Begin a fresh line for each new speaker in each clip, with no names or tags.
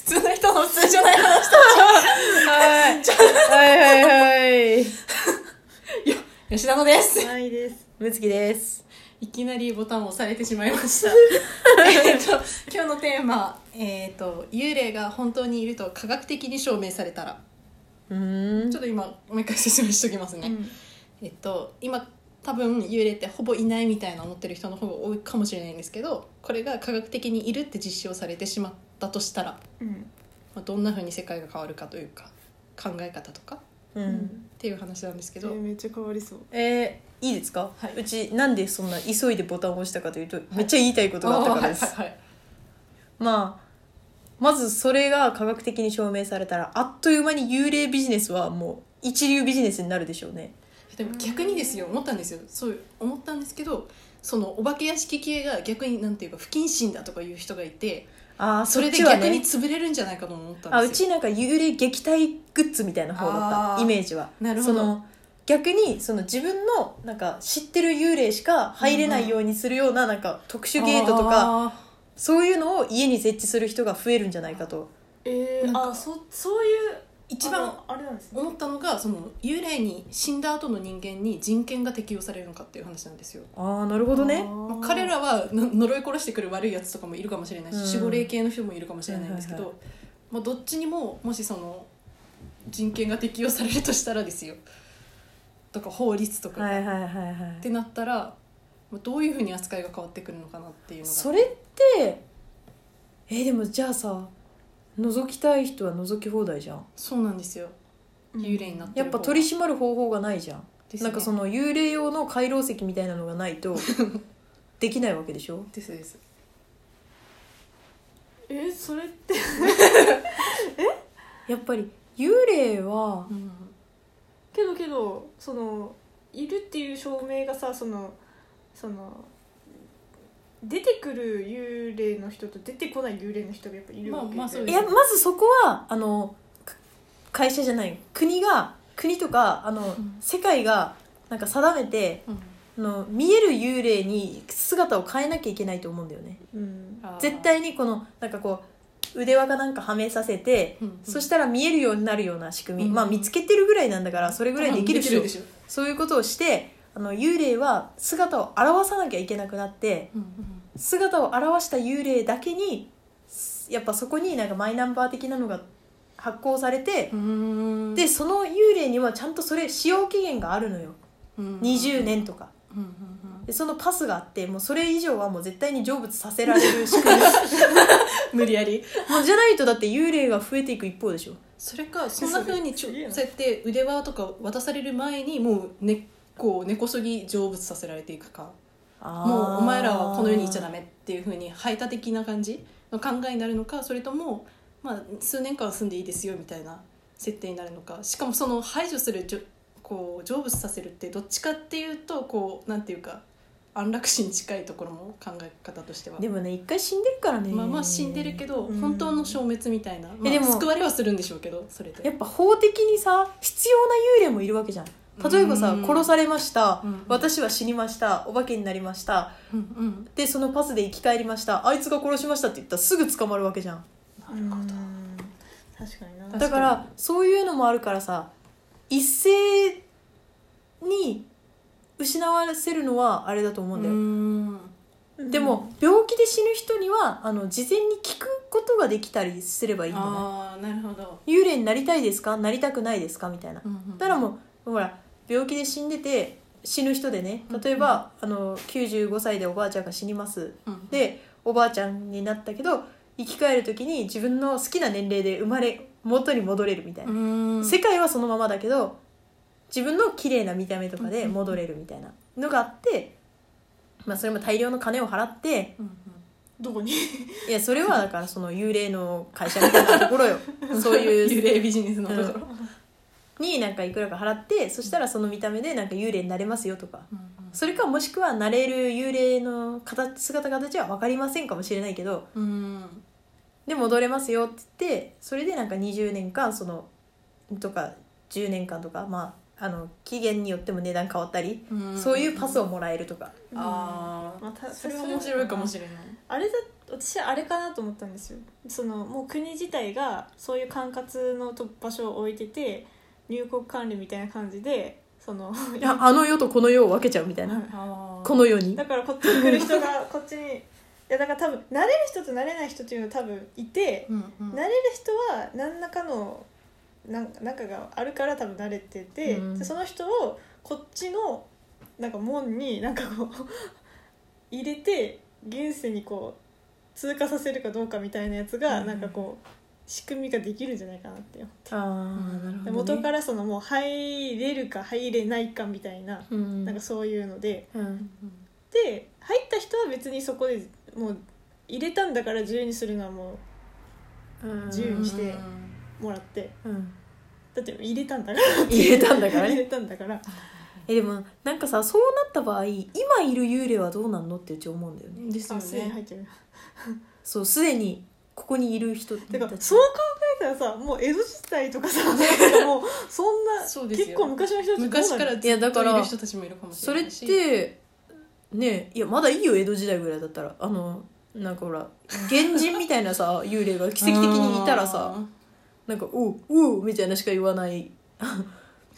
普通じゃない話だ
はい。はいはいはい。
よ吉田のです
はいです。むつきです。
いきなりボタンを押されてしまいま したえっと今日のテーマえっ、と幽霊が本当にいると科学的に証明されたら
うーん
ちょ。っと今もう一回説明しときますね、えっと今多分幽霊ってほぼいないみたいな思ってる人の方が多いかもしれないんですけどこれが科学的にいるって実証されてしまったとしたら、
うん
まあ、どんな風に世界が変わるかというか考え方とか
う。
うんん
っていう話なんですけ
え
ど、
ーめっちゃ変わりそう
えー、いいですか、
はいう
ちなんでそんな急いでボタンを押したかというと、めっちゃ言いたいことがあったからです、
あーはいはい
まあまずそれが科学的に証明されたらあっという間に幽霊ビジネスはもう一流ビジネスになるでしょうね
はいでも逆にですよ思ったんですよそう思ったんですけどそのお化け屋敷系が逆になんていうか不謹慎だとかいう人がいて
ああ
それで逆に潰れるんじゃないかと思ったんですよ
あうちなんか幽霊撃退グッズみたいな方だっ
あ
た
ー
イメージは
なるほど
その逆にその自分のなんか知ってる幽霊しか入れないようにするようななんか特殊ゲートとか
あ
そういうのを家に設置する人が増えるんじゃないかと
え
なんか
あそそういう
ー一番
ああれなんですね
思ったのがその幽霊に死んだ後の人間に人権が適用されるのかっていう話なんですよ、
ああなるほどね
まあ、彼らはの呪い殺してくる悪いやつとかもいるかもしれないし、
うん
守護霊系の人もいるかもしれないんですけど、
はい
まあ、どっちにももしその人権が適用されるとしたらですよとか法律とか、
はい
っ
はいはいは
てなったらまあどういうふうに扱いが変わってくるのかなっていう
い
のが
それってえーでもじゃあさ覗きたい人は覗き放題じゃん
そうなんですよ幽霊になって
や
る
っ
方
ぱ
が
取り締まる方法がないじゃん
ですね
なんかその幽霊用の回廊石みたいなのがない とできないわけでしょ
ですです
えそれって
やっぱり幽霊は
うん
けどけどそのいるっていう証明がさそのその出てくる幽霊の人と出てこない幽霊の人がやっぱいるわけで、
まあまあそう
い
です
やまずそこはあのか会社じゃない国が国とかあの、
うん
世界がなんか定めて
うん
あの見える幽霊に姿を変えなきゃいけないと思うんだよね
うん
あー
絶対にこのなんかこう腕輪かなんかはめさせて、
うんうん
そしたら見えるようになるような仕組み、
うん
まあ見つけてるぐらいなんだからそれぐらいできるでしょ
でしょ
そういうことをしてあの幽霊は姿を現さなきゃいけなくなって
うんうん
姿を現した幽霊だけにすやっぱそこになんかマイナンバー的なのが発行されて、で
で、
その幽霊にはちゃんとそれ使用期限があるのよ、20年とか
うんうん
でそのパスがあってもうそれ以上はもう絶対に成仏させられる仕 組み
うん、無理やり
もうじゃないとだって幽霊が増えていく一方でしょ
それかそんなふうにちょ
すげえな
そうやって腕輪とか渡される前にもう根っこを根こそぎ成仏させられていくかもうお前らはこの世にいちゃダ
メ
メっていうふうに排他的な感じの考えになるのかそれとも、まあ、数年間住んでいいですよみたいな設定になるのかしかもその排除するじょこう成仏させるってどっちかっていうとこうなんていうか安楽死に近いところも考え方としては。
でもね一回死んでるからね
まあまあ死んでるけど、
うん
本当の消滅みたいな、まあ、
でも
救われはするんでしょうけどそれで
やっぱ法的にさ必要な幽霊もいるわけじゃん例えばさ
うん
殺されました
うん
私は死にましたお化けになりました
うんうん
でそのパスで生き返りましたあいつが殺しましたって言ったらすぐ捕まるわけじゃん
なるほど確かにな
確
だから
か
そういうのもあるからさ一斉に失わせるのはあれだと思うんだよ、
ん
でも病気で死ぬ人にはあの事前に聞くことができたりすればいいんじゃな
ああなるほど、
い幽霊になりたいですかなりたくないですかみたいな
うんうん、
だからもうほら病気で死んでて死ぬ人でね例えば、あの95歳でおばあちゃんが死にます
うん
でおばあちゃんになったけど生き返る時に自分の好きな年齢で生まれ元に戻れるみたいうな、
ん
世界はそのままだけど自分の綺麗な見た目とかで戻れるみたいなのがあって、まあ、それも大量の金を払って
うんうん
どこに
いやそれはだからその幽霊の会社みたいなところよそういう
幽霊ビジネスのところ、
になんかいくらか払ってそしたらその見た目でなんか幽霊になれますよとか
うん
それかもしくはなれる幽霊の形姿形は分かりませんかもしれないけど
うん
で戻れますよって言ってそれでなんか20年間そのとか10年間とかまああの期限によっても値段変わったり、
うん
そういうパスをもらえるとか、
あー
まあた
それは面白いかもしれない
あれだ私あれかなと思ったんですよそのもう国自体がそういう管轄のと場所を置いてて入国管理みたいな感じでその
いやあの世とこの世を分けちゃうみたいな
あ
この世に
だからこっちに来る人がこっちにいやだから多分慣れる人と慣れない人っていうのは多分いて、
うんうん
慣れる人は何らかのなんか仲があるから多分慣れてて、
うん
でその人をこっちのなんか門になんかこう 入れて現世にこう通過させるかどうかみたいなやつが、
うん
なんかこう仕組みができるんじゃないかなって思って
あーなるほどね
元からそのもう入れるか入れないかみたいな,、
うん
なんかそういうので。
うん
で入った人は別にそこでもう入れたんだから自由にするのはも
うん
自由にして
うん
うもらって
うん
だって入れたんだから
入れたんだから
入れ
ね
たんだから
えでもなんかさそうなった場合今いる幽霊はどうなんのってうち思うんだよね
ですよ
あすでに入
ね
っちゃう
そうすでにここにいる人
てか
たち
そう考えたらさもう江戸時代と かさなんかもうそんな
そうですよ
結構昔の人たちどうなの
昔からず
いやだ
っ
か
とい
ら
る人たちもいるかもし
そ
れ
れ
な
っ
いして
ねいやまだいいよ江戸時代ぐらいだったらあのなんかほら原人みたい なさ幽霊が奇跡的にいたら
う
さ
ん
なんか「おうおう」みたいなしか言わない
でも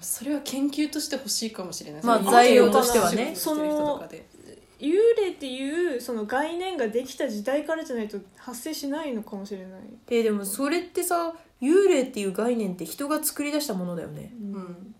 それは研究として欲しいかもしれない
まあ
その
材料としてはね
その人とかで
幽霊っていうその概念ができた時代からじゃないと発生しないのかもしれない、
えでもそれってさ幽霊っていう概念って人が作り出したものだよね
う
うん
ん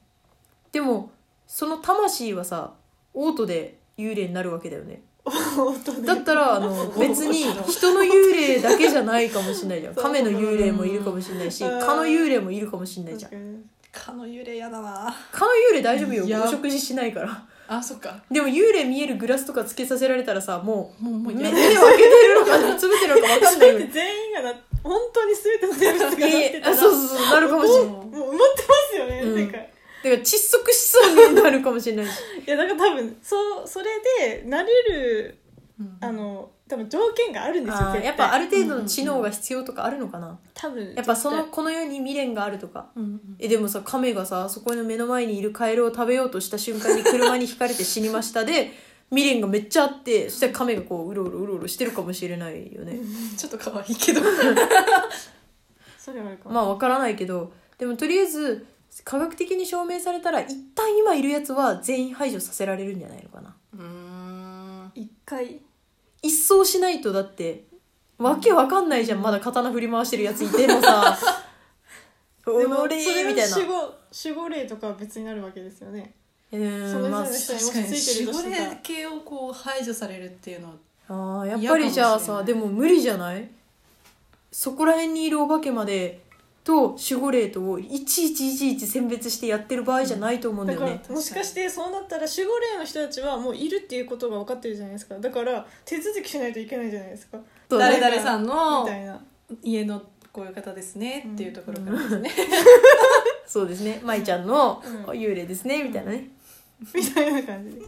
でもその魂はさオートで幽霊になるわけだよね
本当ね
だったらあの別に人の幽霊だけじゃないかもしれない じゃん
そう
亀の幽霊もいるかもしれないし
うん
蚊の幽霊もいるかもしれないじゃん
確かに
蚊の幽霊やだな
蚊の幽霊大丈夫よ
いや
お食事しないから
あそっか
でも幽霊見えるグラスとかつけさせられたらさも
もう
う
もう
目目
や
を
だ
開けてるのかつぶってるのか分かん ないぐらい
全員がな本当に全ての生物がなって
え
た
あ
ら
そうそうそうなるかもしれない
もう
もう埋まってますよね、
うん
世界
だから窒息しそうになるかもしれないし
いやだから多分そうそれでなれる
うん
あの多分条件があるんですよ
あー
絶対
やっぱある程度の知能が必要とかあるのかな、
多分
やっぱその
絶
この世に未練があるとか
うんうん
えでもさ亀がさそこの目の前にいるカエルを食べようとした瞬間に車にひかれて死にましたで未練がめっちゃあってそしたら亀がこううろうろうろうろしてるかもしれないよね
ちょっと可愛いけど
対それはあるかも、
まあわからないけどでもとりあえず科学的に証明されたら一旦今いるやつは全員排除させられるんじゃないのかな
うん
一回
一掃しないとだってわけわかんないじゃんまだ刀振り回してるやついてもさ「お
で
の
も
れ
それ」の
みたいな
守護守護霊とかは別になるわけですよね
うーんまあ
そ
確かに
ついてる
守
と
護
して
霊系をこう排除されるっていうのは
ああやっぱりじゃあ
嫌か
さ
もし
で
れ
も無理じゃないそこら辺にいるお化けまでと守護霊とをいちいちいちいち選別してやってる場合じゃないと思うんだ
だ
よ
か
ね、
らもしかしてそうなったら守護霊の人たちはもういるっていうことが分かってるじゃないですかだから手続きしないといけないじゃないですかみ
そうね
誰々さんの
たいな
家のこういう方ですねっていうところからですね
そうですね舞ちゃんの
うん
幽霊ですねみたいなね、
みたいな感じで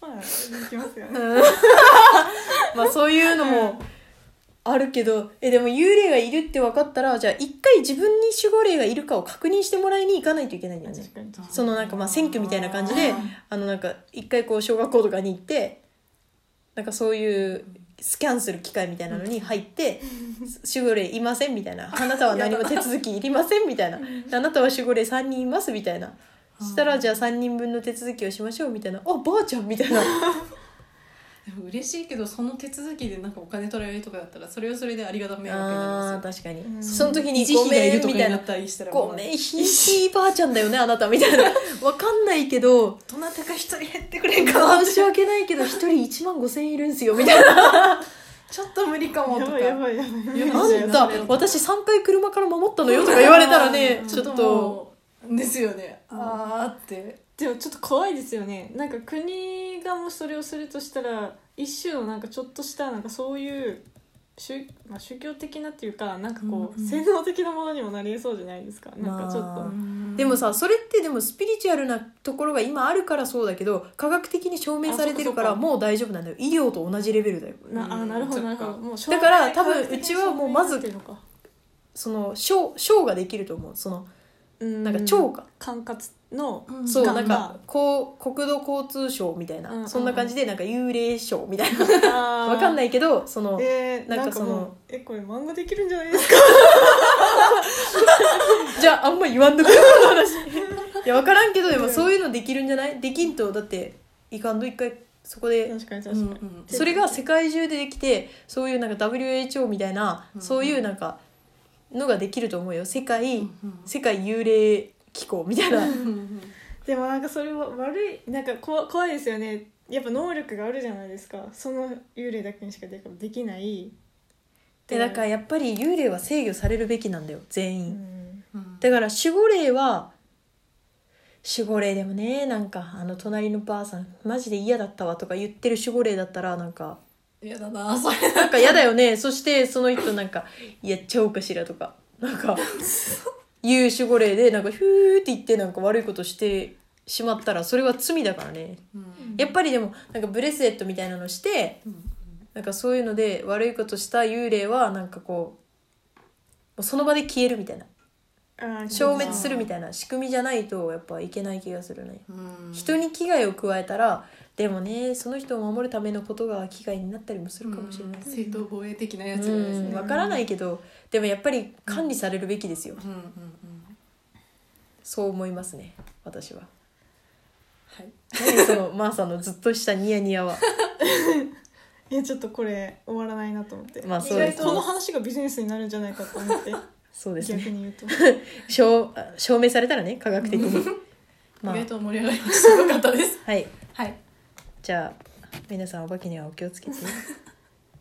まあできますよね
うんまあそういうのもあるけどえでも幽霊がいるって分かったらじゃあ一回自分に守護霊がいるかを確認してもらいに行かないといけないんだよね
確かに
そのなんかまあ選挙みたいな感じであのなんか一回こう小学校とかに行ってなんかそういうスキャンする機会みたいなのに入って「守護霊いません」みたいな「あなたは何も手続きいりません」みたいな「あなたは守護霊3人います」みたいなそしたらじゃあ3人分の手続きをしましょうみたいな「あばあちゃん」みたいな
でも嬉しいけどその手続きでなんかお金取られるとかだったらそれはそれでありがた迷惑になり
あー
ますよ
確かに
うん
その時に
維
「
持
ご
費がい
め
る
ん」
とか
み
に
たい
な
な
っ。たりしたら
ごめ、
もうん
ひいひいばあちゃんだよね、あなたみた いな。わかんないけど、
どなたか一人減ってくれんかな
申し訳ないけど、一人1万5千いるんすよ、みたいな。
ちょっと無理かもと
や
か
ばいやばいやばい
やばい
あんた私3回車から守ったのよとか言われたらね
うん
ちょっ
ちょっ
と
もうですよねあーって
でもちょっと怖いですよねなんか国がもしそれをするとしたら一種のなんかちょっとしたなんかそういう宗,、まあ、宗教的なっていうかなんかこう、
うんうん
洗脳的なものにもなりえそうじゃないですかなんかちょっと、
までもさそれってでもスピリチュアルなところが今あるからそうだけど科学的に証明されてるか
あ
ら
そっかそっか
もう大丈夫なんだよ医療と同じレベルだよ
なあなるほど
うん
なるほ
そっか
だ
どもう
から
障
多
害
分
科学的な
うちはもうまず
障害になってるのか
その小小ができると思うその
うん
なんか腸か
管轄の
うん
そう
が
なん
ま
かこう国土交通省みたいな、
うんうん
そんな感じでなんか幽霊省みたいな
あ
わかん
な
な
い
いけどその
えー、
な
なんん
か
か
その
もうえこれ漫画できるんじゃないですか
じゃああんま言わんとくよこの話いやわからんけどでもそういうのできるんじゃないできんとだっていかんと一回そこで
確かに確か
う
に、
んうん
それが世界中でできてそういうなんか WHO みたいな、
うん
そういうなんかのができると思うよ世界、
うん
世界幽霊機構みたいな、
うんうん
でもなんかそれは悪いなんか怖怖いですよねやっぱ能力があるじゃないですかその幽霊だけにしかできない
でだからやっぱり幽霊は制御されるべきなんだよ全員、
う
うん
ん
だから守護霊は守護霊でもねなんかあの隣のばあさんマジで嫌だったわとか言ってる守護霊だったらなんか
嫌だなそれ
なんか嫌だ よねそしてその人なんか「やっちゃおうかしら」とかなんか言う守護霊でなんかヒューって言ってなんか悪いことしてしまったらそれは罪だからね
うん
やっぱりでもなんかブレスレットみたいなのして
うん
なんかそういうので悪いことした幽霊はなんかこうもうその場で消えるみたいな
あー
消滅するみたいな仕組みじゃないとやっぱいけない気がするね
うん
人に危害を加えたらでもねその人を守るためのことが危害になったりもするかもしれない、
うん正当防衛的なやつ
う
らです
ん
ね
わからないけどでもやっぱり管理されるべきですよ
うんうんうん
そう思いますね私は
はい
何そのマーさんのずっとしたニヤニヤ は
いやちょっとこれ終わらないなと思って、
まあ
そうですね
意外とこの話がビジネスになるんじゃないかと思って
そうです
逆
ね
に言うと
証証明されたらね科学的に まあ
意外と盛り上がりましたよかったです
はい
はい
じゃあ皆さんお化けにはお気をつけて